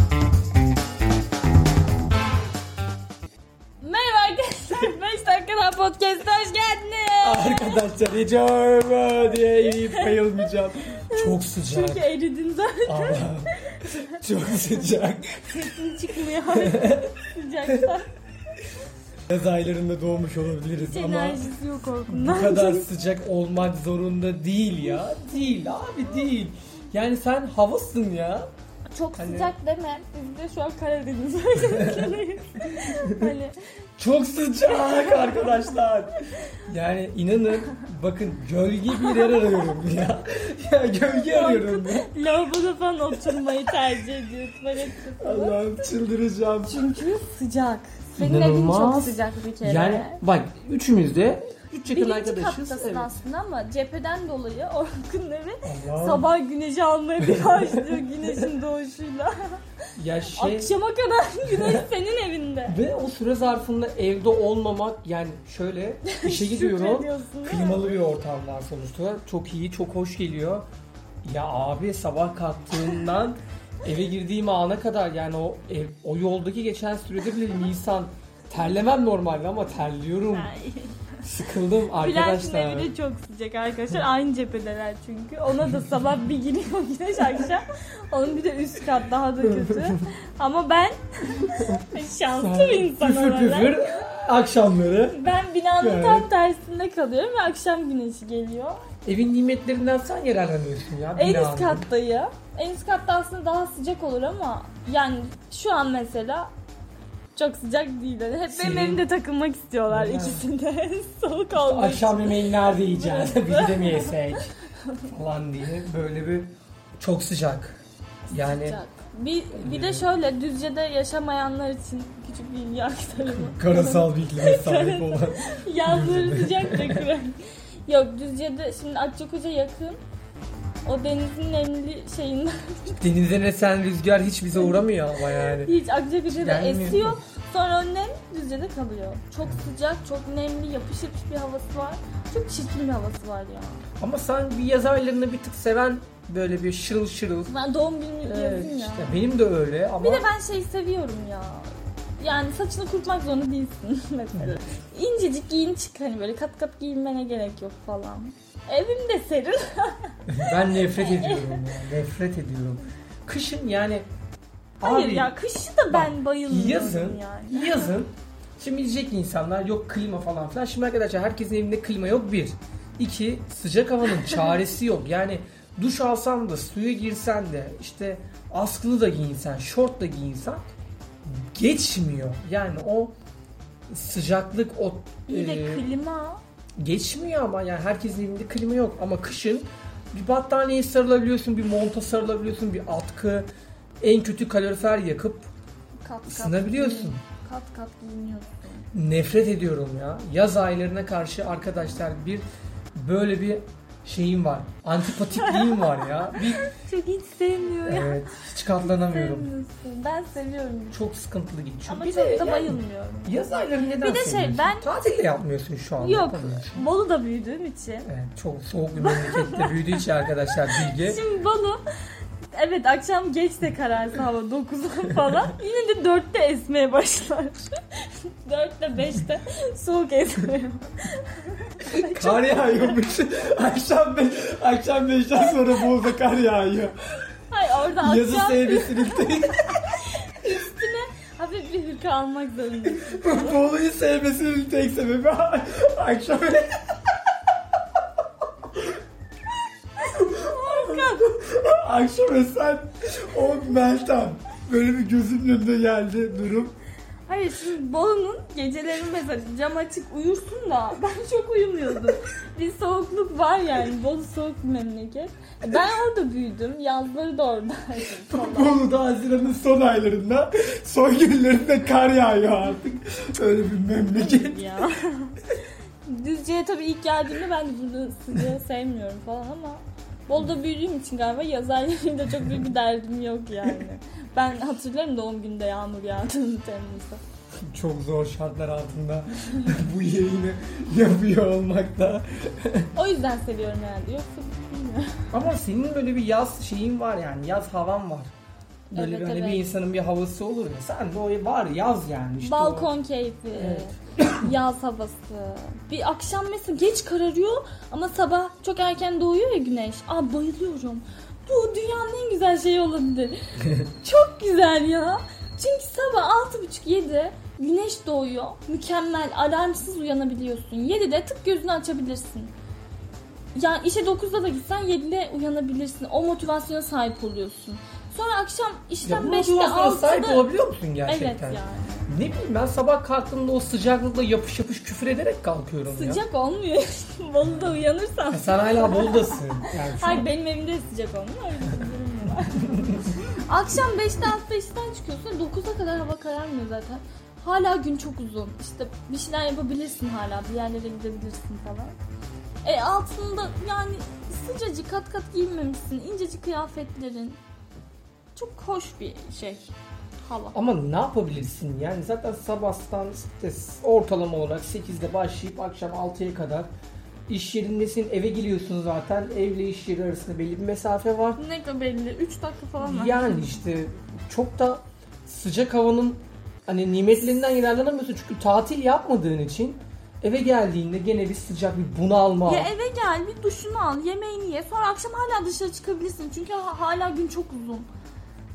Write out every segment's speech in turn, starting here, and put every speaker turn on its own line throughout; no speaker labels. Podcast'a hoş geldiniz.
Ah. Arkadaşlar hiç öyle diye eriyip bayılmayacağım. Çok sıcak.
Çünkü eridin zaten.
Allah'ım. Çok sıcak.
Sesin çıkmıyor. Sıcaktan.
Yaz aylarında doğmuş olabiliriz ama
Enerjisi yok
bu
korkundan.
kadar sıcak olmak zorunda değil ya. Değil abi değil. Yani sen havasın ya.
Çok
Hani-
sıcak deme. Biz de şu an Karadeniz bölgesindeyiz. hani
Çok sıcak arkadaşlar. Yani inanın bakın gölge bir yer arıyorum ya. Ya gölge arıyorum ya.
lavaboda falan oturmayı tercih ediyor. Tuvalette falan.
Allah'ım çıldıracağım.
Çünkü sıcak. Senin evin çok
İnanılmaz.
sıcak bir kere.
Yani bak üçümüz de üç yakın
Birinci
arkadaşız.
kattasın
Evet.
aslında ama cepheden dolayı Orkunları
Allah'ım.
sabah güneşi almaya bir başlıyor güneşin doğuşuyla.
Ya şey
Akşama kadar güneş senin evinde.
ve o süre zarfında evde olmamak yani şöyle işe şey gidiyorum.
Şükrediyorsun değil mi?
Klimalı bir ortam var sonuçta. Çok iyi, çok hoş geliyor. Ya abi sabah kalktığımdan eve girdiğim ana kadar yani o ev, o yoldaki geçen sürede bile Nisan terlemem normalde ama terliyorum.
Ay.
Sıkıldım
Bülent'in
arkadaşlar.
evi de çok sıcak arkadaşlar. Aynı cephedeler çünkü. Ona da sabah bir giriyor güneş akşam. Onun bir de üst kat daha da kötü. Ama ben şanslı bir insan
Püfür
olarak.
püfür akşamları.
Ben binanın
Evet.
tam tersinde kalıyorum ve akşam güneşi geliyor.
Evin nimetlerinden sen yararlanıyorsun ya.
En
binanın.
üst kattayım. En üst katta aslında daha sıcak olur ama yani şu an mesela çok sıcak değil. Hani Hep benim
Senin-
evimde takılmak istiyorlar
Yani.
ikisinde. Soğuk olmuş.
Akşam yemeğini nerede yiyeceğiz? Biz de mi yesek? Falan diye böyle bir çok sıcak. Yani
Sıcak. Bir, bir de şöyle Düzce'de yaşamayanlar için küçük bir bilgi aktarımı.
karasal bir iklime sahip olan.
Yazları sıcak da kurak. Yok Düzce'de şimdi Akçakoca yakın. O denizin nemli şeyinden
Denize esen rüzgar hiç bize uğramıyor ama yani.
hiç Akçakoca'da
Gelmiyor.
esiyor. Sonra o nem Düzce'de kalıyor. Çok sıcak, çok nemli, yapış yapış bir havası var. Çok çirkin bir havası var ya.
Ama sen bir yaz aylarını bir tık seven böyle bir şırıl şırıl.
Ben doğum günü
Evet,
yazın ya.
işte benim de öyle ama
Bir de ben şey seviyorum ya. Yani saçını kurutmak zorunda değilsin mesela.
Evet.
İncecik giyin çık hani böyle kat kat giyinmene gerek yok falan. Evim de serin.
ben nefret ediyorum ya. Nefret ediyorum. Kışın yani
Hayır
abi
ya kışı da ben bayılıyorum
yazın
yani.
Yazın şimdi diyecek ki insanlar yok klima falan filan. Şimdi arkadaşlar herkesin evinde klima yok bir. İki sıcak havanın çaresi yok. Yani duş alsan da suya girsen de işte askılı da giyinsen şort da giyinsen geçmiyor. Yani o sıcaklık o
İyi de
e,
klima.
geçmiyor ama yani herkesin evinde klima yok ama kışın bir battaniyeye sarılabiliyorsun, bir monta sarılabiliyorsun, bir atkı, en kötü kalorifer yakıp
Kat kat.
Isınabiliyorsun.
giyin. Kat kat giyiniyorsun.
Nefret ediyorum ya. Yaz aylarına karşı arkadaşlar bir böyle bir şeyim var. Antipatikliğim var ya. Bir,
Çok hiç sevmiyor ya.
evet, hiç katlanamıyorum.
Sevmiyorsun. Ben seviyorum.
Çok sıkıntılı geçiyor.
Ama
Bir
çok
de
da
şey, yani
bayılmıyorum.
Yaz ayları neden
Bir de şey,
seviyorsun?
ben-
Tatil de yapmıyorsun şu anda.
Yok.
yapamıyorsun.
Bolu'da büyüdüğüm için.
Evet, çok soğuk bir memlekette büyüdüğü için arkadaşlar bilgi.
Şimdi Bolu Evet akşam geç de kararsa hava 9'a falan yine de 4'te esmeye başlar. 4'te 5'te soğuk esmeye
Kar yağıyormuş. akşam, be, akşam 5'ten sonra Bolu'da kar yağıyor.
Hayır orada
Yazı
akşam
sevmesinlikteyiz.
hafif bir hırka almak zorundayım.
Bolu'yu sevmesinin tek sebebi akşam
Hakan
Akşam esen o Meltem. Böyle bir gözümün önüne geldi durum.
Hayır şimdi Bolu'nun geceleri mesela cam açık uyursun da ben çok uyumuyordum. Bir soğukluk var yani Bolu soğuk bir memleket. Ben orada büyüdüm yazları da oradaydım falan.
Bolu'da Haziran'ın son aylarında, son günlerinde kar yağıyor artık. Öyle bir memleket.
ya. Düzce'ye tabii ilk geldiğimde ben de burada sıcağı sevmiyorum falan ama Bolu'da büyüdüğüm için galiba yaz aylarında çok büyük bir derdim yok yani. Ben hatırlarım doğum günde yağmur yağdığını Temmuz'da.
Çok zor şartlar altında bu yayını yapıyor olmakta.
O yüzden seviyorum herhalde. Yoksa bilmiyorum.
Ama senin böyle bir yaz şeyin var yani yaz havan var. Böyle
Evet,
bir, hani
evet.
bir insanın bir havası olur ya. Sen de o var yaz yani. işte o-
Balkon keyfi.
Evet.
Yaz havası. Bir akşam mesela geç kararıyor ama sabah çok erken doğuyor ya güneş. Aa bayılıyorum. Bu dünyanın en güzel şeyi olabilir. çok güzel ya. Çünkü sabah 6.30-7 güneş doğuyor. Mükemmel. Alarmsız uyanabiliyorsun. 7'de tık gözünü açabilirsin. Yani işe 9'da da gitsen 7'de uyanabilirsin. O motivasyona sahip oluyorsun. Sonra akşam işten
Ya bu
5'te
motivasyona
6'da...
sahip olabiliyor musun
evet
gerçekten?
yani.
Ne bileyim ben sabah kalktığımda o sıcaklıkla yapış yapış küfür ederek kalkıyorum ya.
Sıcak olmuyor. Bolu'da uyanırsan.
Ya Sen hala Bolu'dasın. Yani şu
Hayır
an.
benim evimde sıcak olmuyor. Öyle bir durum var. Akşam 5'te 6'da işten çıkıyorsun. 9'a kadar hava kararmıyor zaten. Hala gün çok uzun. İşte bir şeyler yapabilirsin hala. Bir yerlere gidebilirsin falan. E altında yani sıcacık kat kat giyinmemişsin. İncecik kıyafetlerin. Çok hoş bir şey. Hava.
Ama ne yapabilirsin yani zaten sabahtan işte ortalama olarak 8'de başlayıp akşam 6'ya kadar iş yerindesin eve geliyorsun zaten evle iş yeri arasında belli bir mesafe var.
Ne kadar belli. 3 dakika falan var.
Yani işte çok da sıcak havanın hani nimetlerinden yararlanamıyorsun çünkü tatil yapmadığın için eve geldiğinde gene bir sıcak bir bunalma.
Ya eve gel bir duşunu al yemeğini ye sonra akşam hala dışarı çıkabilirsin çünkü ha- hala gün çok uzun.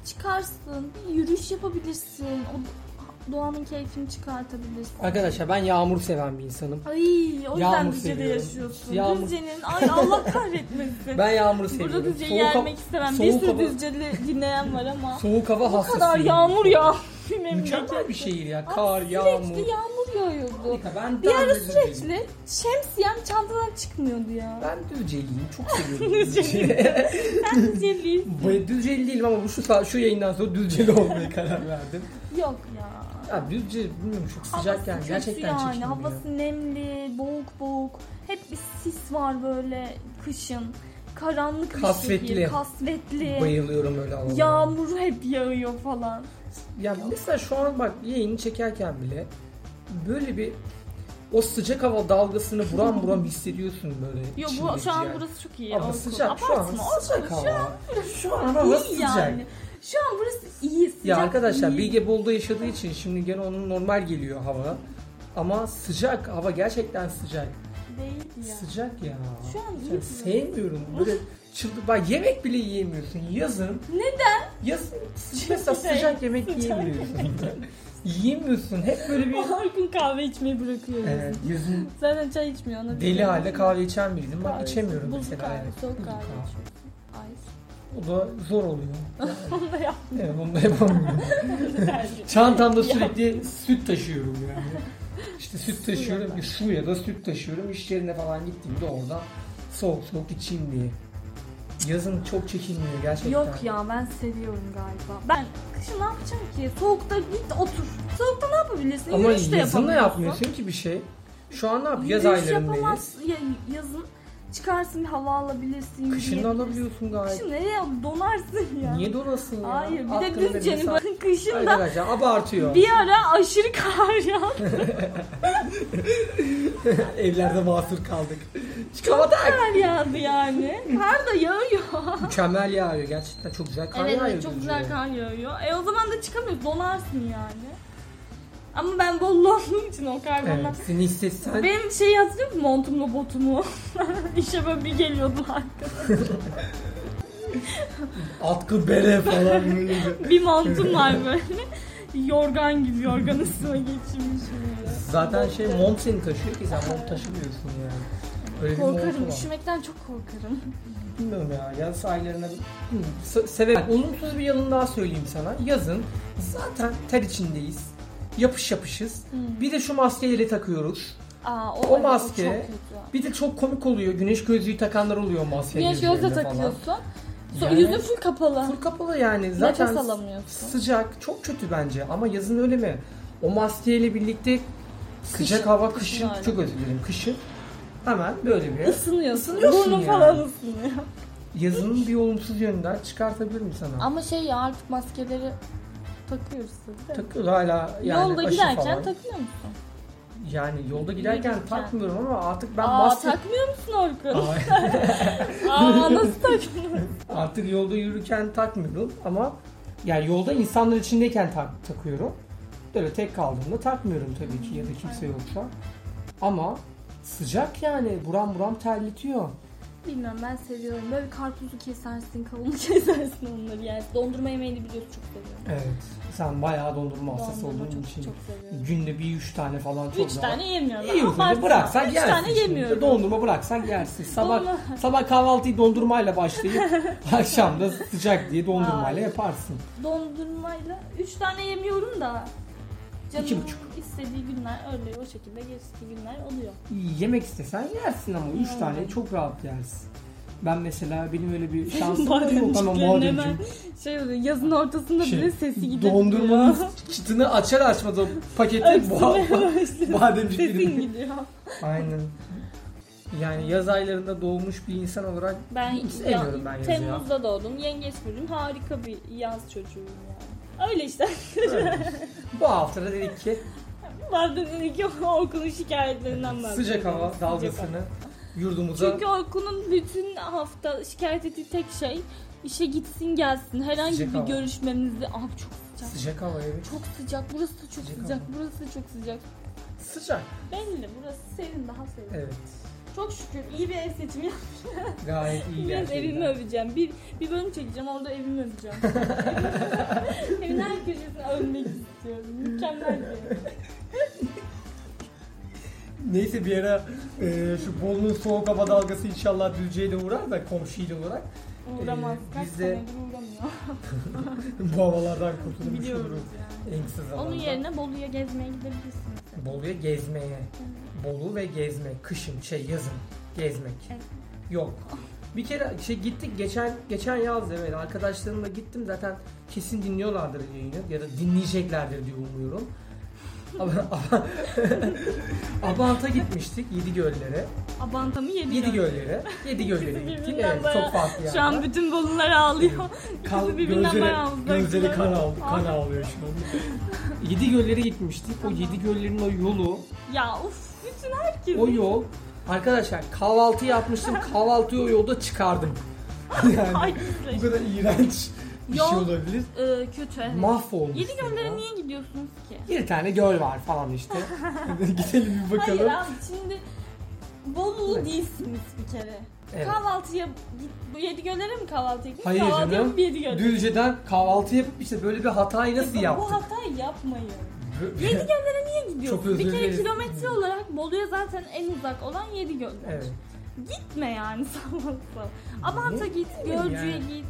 Çıkarsın bir yürüyüş yapabilirsin o do- doğanın keyfini çıkartabilirsin.
Arkadaşlar ben yağmur seven bir insanım.
Ay o yüzden
Yağmur
Düzce'de
seviyorum.
yaşıyorsun.
Yağmur-
Düzce'nin ay Allah kahretmesin.
Ben yağmuru seviyorum.
Burada Düzce'yi
Soğuk hava-
yermek istemem. Bir
soğuk
sürü
hava-
Düzce'li dinleyen var ama.
Soğuk hava
Bu
hastasıyım.
kadar yağmur ya.
Mükemmel bir şehir ya.
Abi
Kar, yağmur.
Sürekli yağmur yağıyordu.
Harika, Ben
Bir
daha
ara
Düzce'liyim.
sürekli şemsiyem çantadan çıkmıyordu ya.
Ben Düzce'liyim. Çok seviyorum
Düzce'liyim.
Düzce'yi.
Sen Düzce'liyiz.
Bu- Düzce'li değilim ama bu şu, sa- şu yayından sonra Düzce'li olmaya karar verdim.
Yok ya.
Ya Düzce bilmiyorum çok sıcak yani.
kötü
Gerçekten
yani.
çekilmiyor.
Havası nemli, boğuk boğuk. Hep bir sis var böyle kışın. Karanlık bir
Kasvetli.
şehir, kasvetli.
Bayılıyorum öyle havalara.
Yağmur hep yağıyor falan.
Ya mesela şu an bak yayını çekerken bile böyle bir o sıcak hava dalgasını buram buram hissediyorsun böyle.
Yo bu
içinde
şu an
yani.
burası çok iyi.
Ama
Orkun.
sıcak şu an
Abartma, Orkun,
sıcak
Şu an
hava. Şu an
iyi
hava sıcak.
yani. Şu an burası iyi sıcak.
Ya arkadaşlar
iyi.
Bilge Bolu'da yaşadığı için şimdi gene onun normal geliyor hava. Ama sıcak hava gerçekten sıcak.
değil ya.
Sıcak ya.
Şu an Ah. iyi
Ya
bir-
sevmiyorum. Böyle çıldır bak yemek bile yiyemiyorsun yazın. Neden? Yazın mesela
Çünkü
sıcak yemek yiyemiyorsun. yiyemiyorsun. Hep böyle bir
Orkun kahve içmeyi bırakıyoruz.
Evet, yazın
Zaten çay içmiyor ona. bir
deli
şey
halde
yok.
kahve içen biriydim. Ben
Kahve,
içemiyorum
buzlu
mesela.
kahve,
yani.
soğuk
Buzlu
kahve
kahve.
içiyorsun. Ay.
O da zor oluyor.
Onu da yapma.
Evet onu da yapamıyorum. Çantamda sürekli süt taşıyorum yani. İşte süt taşıyorum,
da.
su ya da süt taşıyorum. İş yerine falan gittiğimde oradan soğuk soğuk içeyim diye. Yazın çok çekinmiyor gerçekten.
Yok ya ben seviyorum galiba. Ben kışın ne yapacağım ki? Soğukta git otur. Soğukta ne yapabilirsin?
Ama
Yürüyüş de
yazın da
yapamıyorsun.
yapmıyorsun ki bir şey. Şu an ne yap? Yaz
Yürüyüş
aylarındayız.
yapamaz. Ya- yazın çıkarsın bir hava alabilirsin.
Kışın da
yürüyebilirsin.
alabiliyorsun gayet.
Kışın nereye al- donarsın ya.
Niye donasın ya?
Hayır bir de
Aklını
Düzce'nin
verirsen-
bakın kışında
Arkadaşlar abartıyor.
bir ara aşırı kar yağdı.
Evlerde mahsur kaldık. Çıkamadık.
Kar yağdı yani. Kar da yağıyor.
Mükemmel yağıyor gerçekten çok güzel kar
Evet,
yağıyor.
evet çok
Düzce'de.
güzel kar yağıyor. E o zaman da çıkamıyorsun donarsın yani. Ama ben Bolu olduğum için o kar bana
Evet, seni hissetsen
Benim şey hatırlıyor musun montumla botumu? İşe böyle bir geliyordum arkada.
atkı bere falan böyle. bir-
Bir montum var böyle. Yorgan gibi yorgan üstüme geçirmişim böyle.
Zaten şey mont seni taşıyor ki sen mont taşımıyorsun yani. Öyle bir montu
Korkarım,
var.
üşümekten çok korkarım.
Bilmiyorum ya yaz aylarına Se- severim. Olumsuz bir yanını daha söyleyeyim sana. Yazın zaten ter içindeyiz. Yapış yapışız.
Hmm.
Bir de şu maskeleri takıyoruz.
Aa, o,
O
evet,
maske-
çok kötü.
Bir de çok komik oluyor. Güneş gözlüğü takanlar oluyor maske
Güneş gözle
gözlerinde falan.
takıyorsun. Sonra
Yani-
yüzün full kapalı.
Full kapalı yani. Zaten
Nefes alamıyorsun.
Sıcak çok kötü bence ama yazın öyle mi? O maskeyle birlikte sıcak
Kışın,
hava
kışın
kışın
öyle.
çok özür dilerim kışın hemen böyle bir
Isınıyorsun.
Isınıyorsun
Burnun
yani.
falan ısınıyor.
yazının bir olumsuz yönünden çıkartabilirim sana.
Ama şey ya artık maskeleri takıyoruz tabii de.
Takıyoruz hala yani
Yolda
aşı
giderken
falan.
takıyor musun?
yani yolda giderken
Yürürken.
takmıyorum ama artık ben
Aa
maske
takmıyor musun Orkun?
Ay,
Aa nasıl takıyorsun?
artık yolda yürürken takmıyorum ama yani yolda insanlar içindeyken tak- takıyorum. Böyle tek kaldığımda takmıyorum tabii ki ya da kimse yoksa. Ama sıcak yani buram buram terletiyor.
Bilmiyorum ben seviyorum. Böyle karpuzu kesersin, kavunu kesersin onları yani. Dondurma yemeğini biliyorsun çok seviyorum.
Evet. Sen bayağı dondurma hastası
Dondurma
olduğun
çok,
için
çok seviyorum.
günde bir üç tane falan çok
Üç tane yemiyorum.
İyi
Abartma.
uzadı bıraksan
Üç
yersin.
tane
şimdi.
yemiyorum.
Dondurma bıraksan yersin. Sabah
Dondurma.
sabah kahvaltıyı dondurmayla başlayıp akşam da sıcak diye dondurmayla
Hayır.
yaparsın.
Dondurmayla üç tane yemiyorum da. Canım
İki buçuk.
istediği günler öyle o şekilde geçtiği günler oluyor.
Yemek istesen yersin ama üç
Aynen.
tane çok rahat yersin. Ben mesela benim öyle bir şansım da yok ama
Bademciklerin hemen
madencim.
şey oluyor yazın ortasında
Şey,
bile sesi gidiyor.
Dondurmanın çıtını açar açmaz o paketi bu
Sesin
bademcikleri.
gidiyor.
Aynen. Yani yaz aylarında doğmuş bir insan olarak
Ben
sevmiyorum ben yazı ya.
Temmuz'da doğdum. Yengeç burcum. Harika bir yaz çocuğuyum yani. Öyle işte.
böyle. bu hafta da dedik ki
Bazen iki okulun şikayetlerinden bahsediyorum.
sıcak hava
Sıcak hava.
dalgasını yurdumuza
Çünkü Orkun'un bütün hafta şikayet ettiği tek şey işe gitsin gelsin. Herhangi
Sıcak
bir
hava.
görüşmemizi abi çok sıcak.
sıcak hava evet.
Çok sıcak. Burası da çok
Sıcak
sıcak.
hava.
Burası da çok sıcak.
Sıcak.
Belli burası serin daha serin.
Evet.
Çok şükür iyi bir ev seçimi.
Gayet iyi
Biraz evimi
gerçekten.
öveceğim. Bir, bir bölüm çekeceğim orada evimi öveceğim. Evin her köşesini övmek istiyorum. Mükemmel bir ev.
Neyse bir ara e, şu Bolu'nun soğuk hava dalgası inşallah Düzce'ye de uğrar da komşuyla olarak
Uğramaz.
Ee,
Kaç
biz de-
senedir uğramıyor.
bu havalardan kurtulmuş
Biliyoruz
oluruz.
yani.
En kısa zamanda.
Onun yerine Bolu'ya gezmeye gidebilirsiniz.
Bolu'ya gezmeye. Bolu ve gezmek. Kışın şey yazın. Gezmek.
Evet.
Yok. Bir kere şey gittik geçen geçen yaz evet arkadaşlarımla gittim zaten kesin dinliyorlardır yayını ya da dinleyeceklerdir diye umuyorum. Ab- Abant'a gitmiştik Yedi Göllere.
Abantamı yedi,
Yedi
gördüm.
Göllere. Yedi Göllere
Birbirinden
gittik. Evet
bayağı-
çok farklı yani.
Şu an bütün Bolular ağlıyor.
Kan,
Bizi birbirinden
gözleri,
bayağı uzak
gözleri kan
duruyor.
aldı, kan
Aa.
ağlıyor şimdi. Yedi göllere gitmiştik. O yedi göllerin o yolu,
ya uf bütün herkes.
o yol. Arkadaşlar kahvaltı yapmıştım, kahvaltıyı o yolda çıkardım. yani
Ay,
bu kadar iğrenç bir şey
Yol-
olabilir.
Ee, kötü. evet.
Mahvolmuş.
Yedi göllere
ya.
niye gidiyorsunuz ki?
Bir tane göl var falan işte. Gidelim bir bakalım.
Hayır abi şimdi Bolulu değilsiniz bir kere.
Evet.
Kahvaltıya git, bu yedi göllere mi kahvaltı yapın?
Hayır
kahvaltı
canım.
yapıp yedi göllere.
Düzce'den kahvaltı yapıp işte böyle bir hatayı nasıl
Bu- Bu
yaptık?
hatayı yapmayın.
Bö-
Yedi göllere niye gidiyorsun?
Çok özür
bir kere
dileriz.
kilometre olarak Bolu'ya zaten en uzak olan yedi göller.
evet.
Gitme yani sallansa. Abant'a git,
Niye
Gölcü'ye
yani?
git.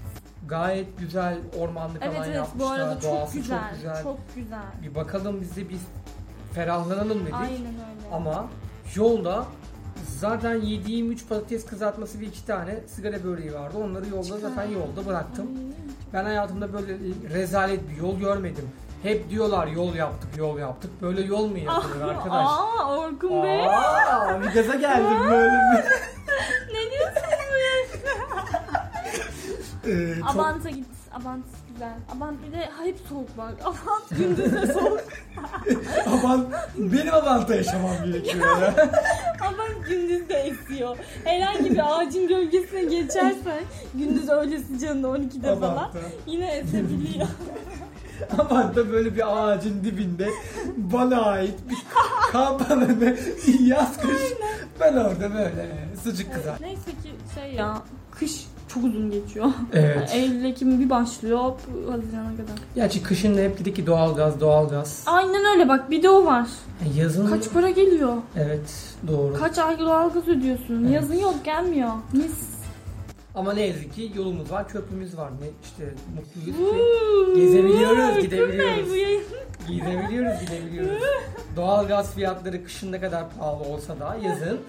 Gayet güzel ormanlık
Evet
alan
evet
yapmışlar.
bu arada çok
Doğası
güzel,
Çok güzel.
Çok güzel.
Bir bakalım biz de biz ferahlanalım dedik.
Aynen öyle.
Ama yolda zaten yediğim 3 patates kızartması ve 2 tane sigara böreği vardı. Onları yolda
Çıkar.
zaten yolda bıraktım.
Ay,
Ben hayatımda böyle rezalet bir yol görmedim. Hep diyorlar yol yaptık, yol yaptık. Böyle yol mu yapılır
Ah,
arkadaş?
Aa Orkun Bey.
Aa, bir gaza geldim böyle bir.
Ne diyorsun bu yaşta?
Ee, çok-
Abant'a git. Abant güzel. Abant bir de ha, hep soğuk var. Abant gündüz de soğuk.
Ee, Aman, benim avanta yaşamam gerekiyor ya.
Abant gündüz de esiyor. Herhangi bir ağacın gölgesine geçersen gündüz öğle sıcağında 12'de falan
Abant'ta.
yine esebiliyor.
Aman da böyle bir ağacın dibinde bana ait bir kamp alanı yaz kış. Ben orada böyle sıcak kızar.
Neyse ki şey ya kış çok uzun geçiyor.
Evet.
Eylül Ekim bir başlıyor Haziran'a kadar.
Gerçi kışın da hep dedik ki doğalgaz doğalgaz.
Aynen öyle bak bir de o var.
Yazın
Kaç para geliyor?
evet doğru.
Kaç ay doğalgaz ödüyorsun?
Evet.
Yazın yok gelmiyor. Mis.
Ama ne yazık ki yolumuz var, köprümüz var. Ne işte mutluyuz ki.
Uuu,
Gezebiliyoruz,
Orkun Bey,
gidebiliyoruz.
bu yayın-
Gidebiliyoruz, gidebiliyoruz. doğalgaz fiyatları kışın ne kadar pahalı olsa da yazın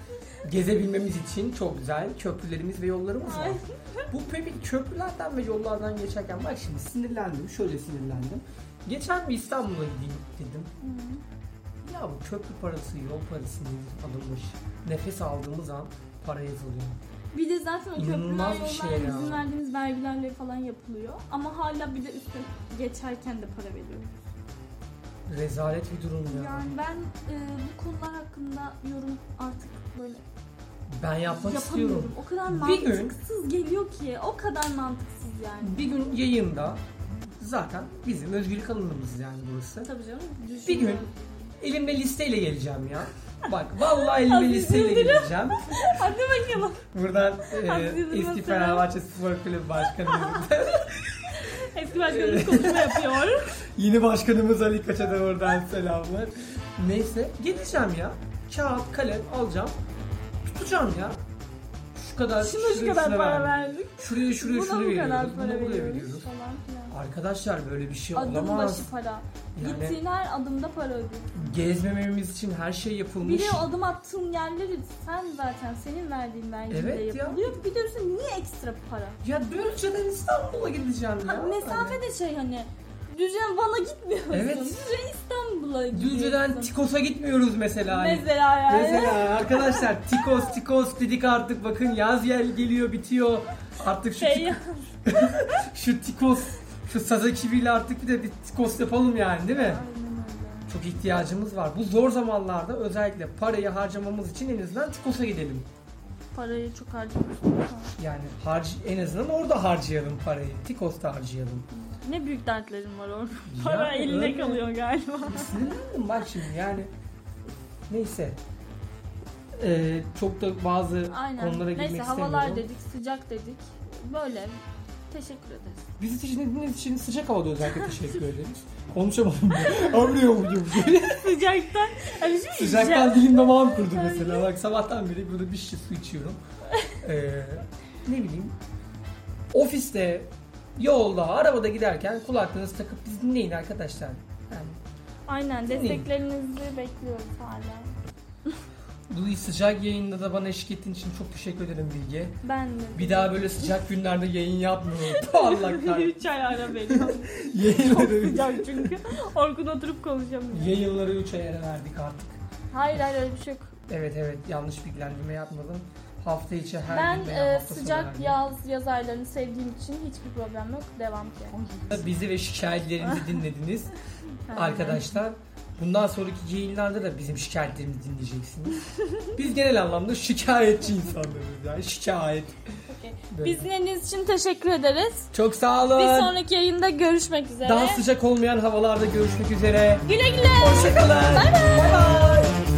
gezebilmemiz için çok güzel köprülerimiz ve yollarımız var.
Ay.
Bu peki köprülerden ve yollardan geçerken bak şimdi sinirlendim. Şöyle sinirlendim. Geçen bir İstanbul'a gideyim dedim. Ya bu köprü parası, yol parası nedir? alınmış. Nefes aldığımız an para yazılıyor.
Bir de zaten o
İnanılmaz
köprüler
bir şey
yollar
ya.
izin verdiğimiz vergilerle falan yapılıyor. Ama hala bir de üstüne geçerken de para veriyoruz.
Rezalet bir durum ya.
Yani ben e, bu konular hakkında yorum artık böyle
ben yapmak istiyorum.
yapamıyorum. O kadar
Bir gün-
mantıksız geliyor ki. O kadar mantıksız yani.
Bir gün yayında zaten bizim özgürlük alanımız yani burası.
Tabii canım. Düşünüyorum.
Bir gün elimde listeyle geleceğim ya. Bak vallahi elimde
Aziz
listeyle
Yıldırım.
geleceğim.
Anneme yalan.
Buradan
Aziz
e,
Yıldırım'a selam.
eski Fenerbahçe Spor Kulübü Başkanımız,
Eski başkanımız konuşma yapıyor.
yeni başkanımız Ali Koç'a da buradan selamlar. Neyse geleceğim ya. Kağıt, kalem alacağım. Tutacağım ya. Şu kadar,
Şuna şu
şuraya,
kadar
şuna
para
verdim.
verdik.
Şuraya şuraya
Buna
şuraya
bu kadar
veriyoruz. Buna
para
buraya
veriyoruz
veriyoruz.
falan filan.
Arkadaşlar böyle bir şey
Adım
olamaz.
başı para.
Yani-
Gittiğin her adımda para ödüyorsun.
Gezmememiz için her şey yapılmış.
Bir de adım attığın yerleri sen zaten senin verdiğin vergiyle
Evet ya.
yapılıyor. Bir de üstüne niye ekstra para?
Ya Düzce'den İstanbul'a gideceğim ya.
Ha, mesafe de şey hani Düzce'den Van'a gitmiyorsun.
Evet.
Düzce İstanbul'a
Hani
gidiyorsun.
Düzce'den Tikos'a gitmiyoruz mesela. Hani
Mesela yani.
Mesela arkadaşlar Tikos Tikos dedik artık bakın yaz gel geliyor bitiyor. Artık şu,
Şey,
tik- şu Tikos şu Sazaki bile artık bir de bir Tikos yapalım yani değil mi?
Aynen öyle.
Çok ihtiyacımız var. Bu zor zamanlarda özellikle parayı harcamamız için en azından Tikos'a gidelim.
Parayı çok harcıyorsun.
Yani harc en azından orada harcayalım parayı. Tikos'ta harcayalım.
Ne büyük dertlerim var orada. Para eline
öyle.
kalıyor galiba.
Sinirlendim bak şimdi yani. Neyse. Ee, çok da bazı
Aynen.
konulara girmek
Neyse
istemiyorum.
havalar dedik, sıcak dedik. Böyle. Teşekkür ederiz.
Bizi dinlediğiniz için sıcak havada özellikle teşekkür ederiz. Konuşamadım ben. Avruya vuruyor bir şey.
Sıcaktan. Hani şimdi
Sıcaktan dilim damağım kurdu mesela. Bak sabahtan beri burada bir şişe su içiyorum. Ee, ne bileyim. Ofiste, yolda, arabada giderken kulaklığınızı takıp biz dinleyin arkadaşlar. Yani
Aynen
Dinleyin.
desteklerinizi bekliyoruz hala.
bu sıcak yayında da bana eşlik ettiğin için çok teşekkür ederim Bilge.
Ben de.
Bir daha böyle sıcak günlerde yayın yapmıyorum. Allah kahretsin.
3 ay ara veriyorum.
Yayınları,
Sıcak çünkü. Orkun oturup konuşamıyor.
yayınları 3 ay ara verdik artık.
Hayır hayır öyle bir şey yok.
Evet evet yanlış bilgilendirme yapmadım. Hafta içi her
ben
gün veya
e,
hafta sonu her
sıcak
gün.
yaz yaz aylarını sevdiğim için hiçbir problem yok. Devam ki.
Bizi ve şikayetlerimizi dinlediniz
Aynen.
arkadaşlar. Bundan sonraki yayınlarda da bizim şikayetlerimizi dinleyeceksiniz. Biz genel anlamda şikayetçi insanlarız yani şikayet.
Okey.
Böyle.
Biz dinlediğiniz için teşekkür ederiz.
Çok sağ olun.
Bir sonraki yayında görüşmek üzere.
Daha sıcak olmayan havalarda görüşmek üzere.
güle güle.
Hoşçakalın. Bye bye.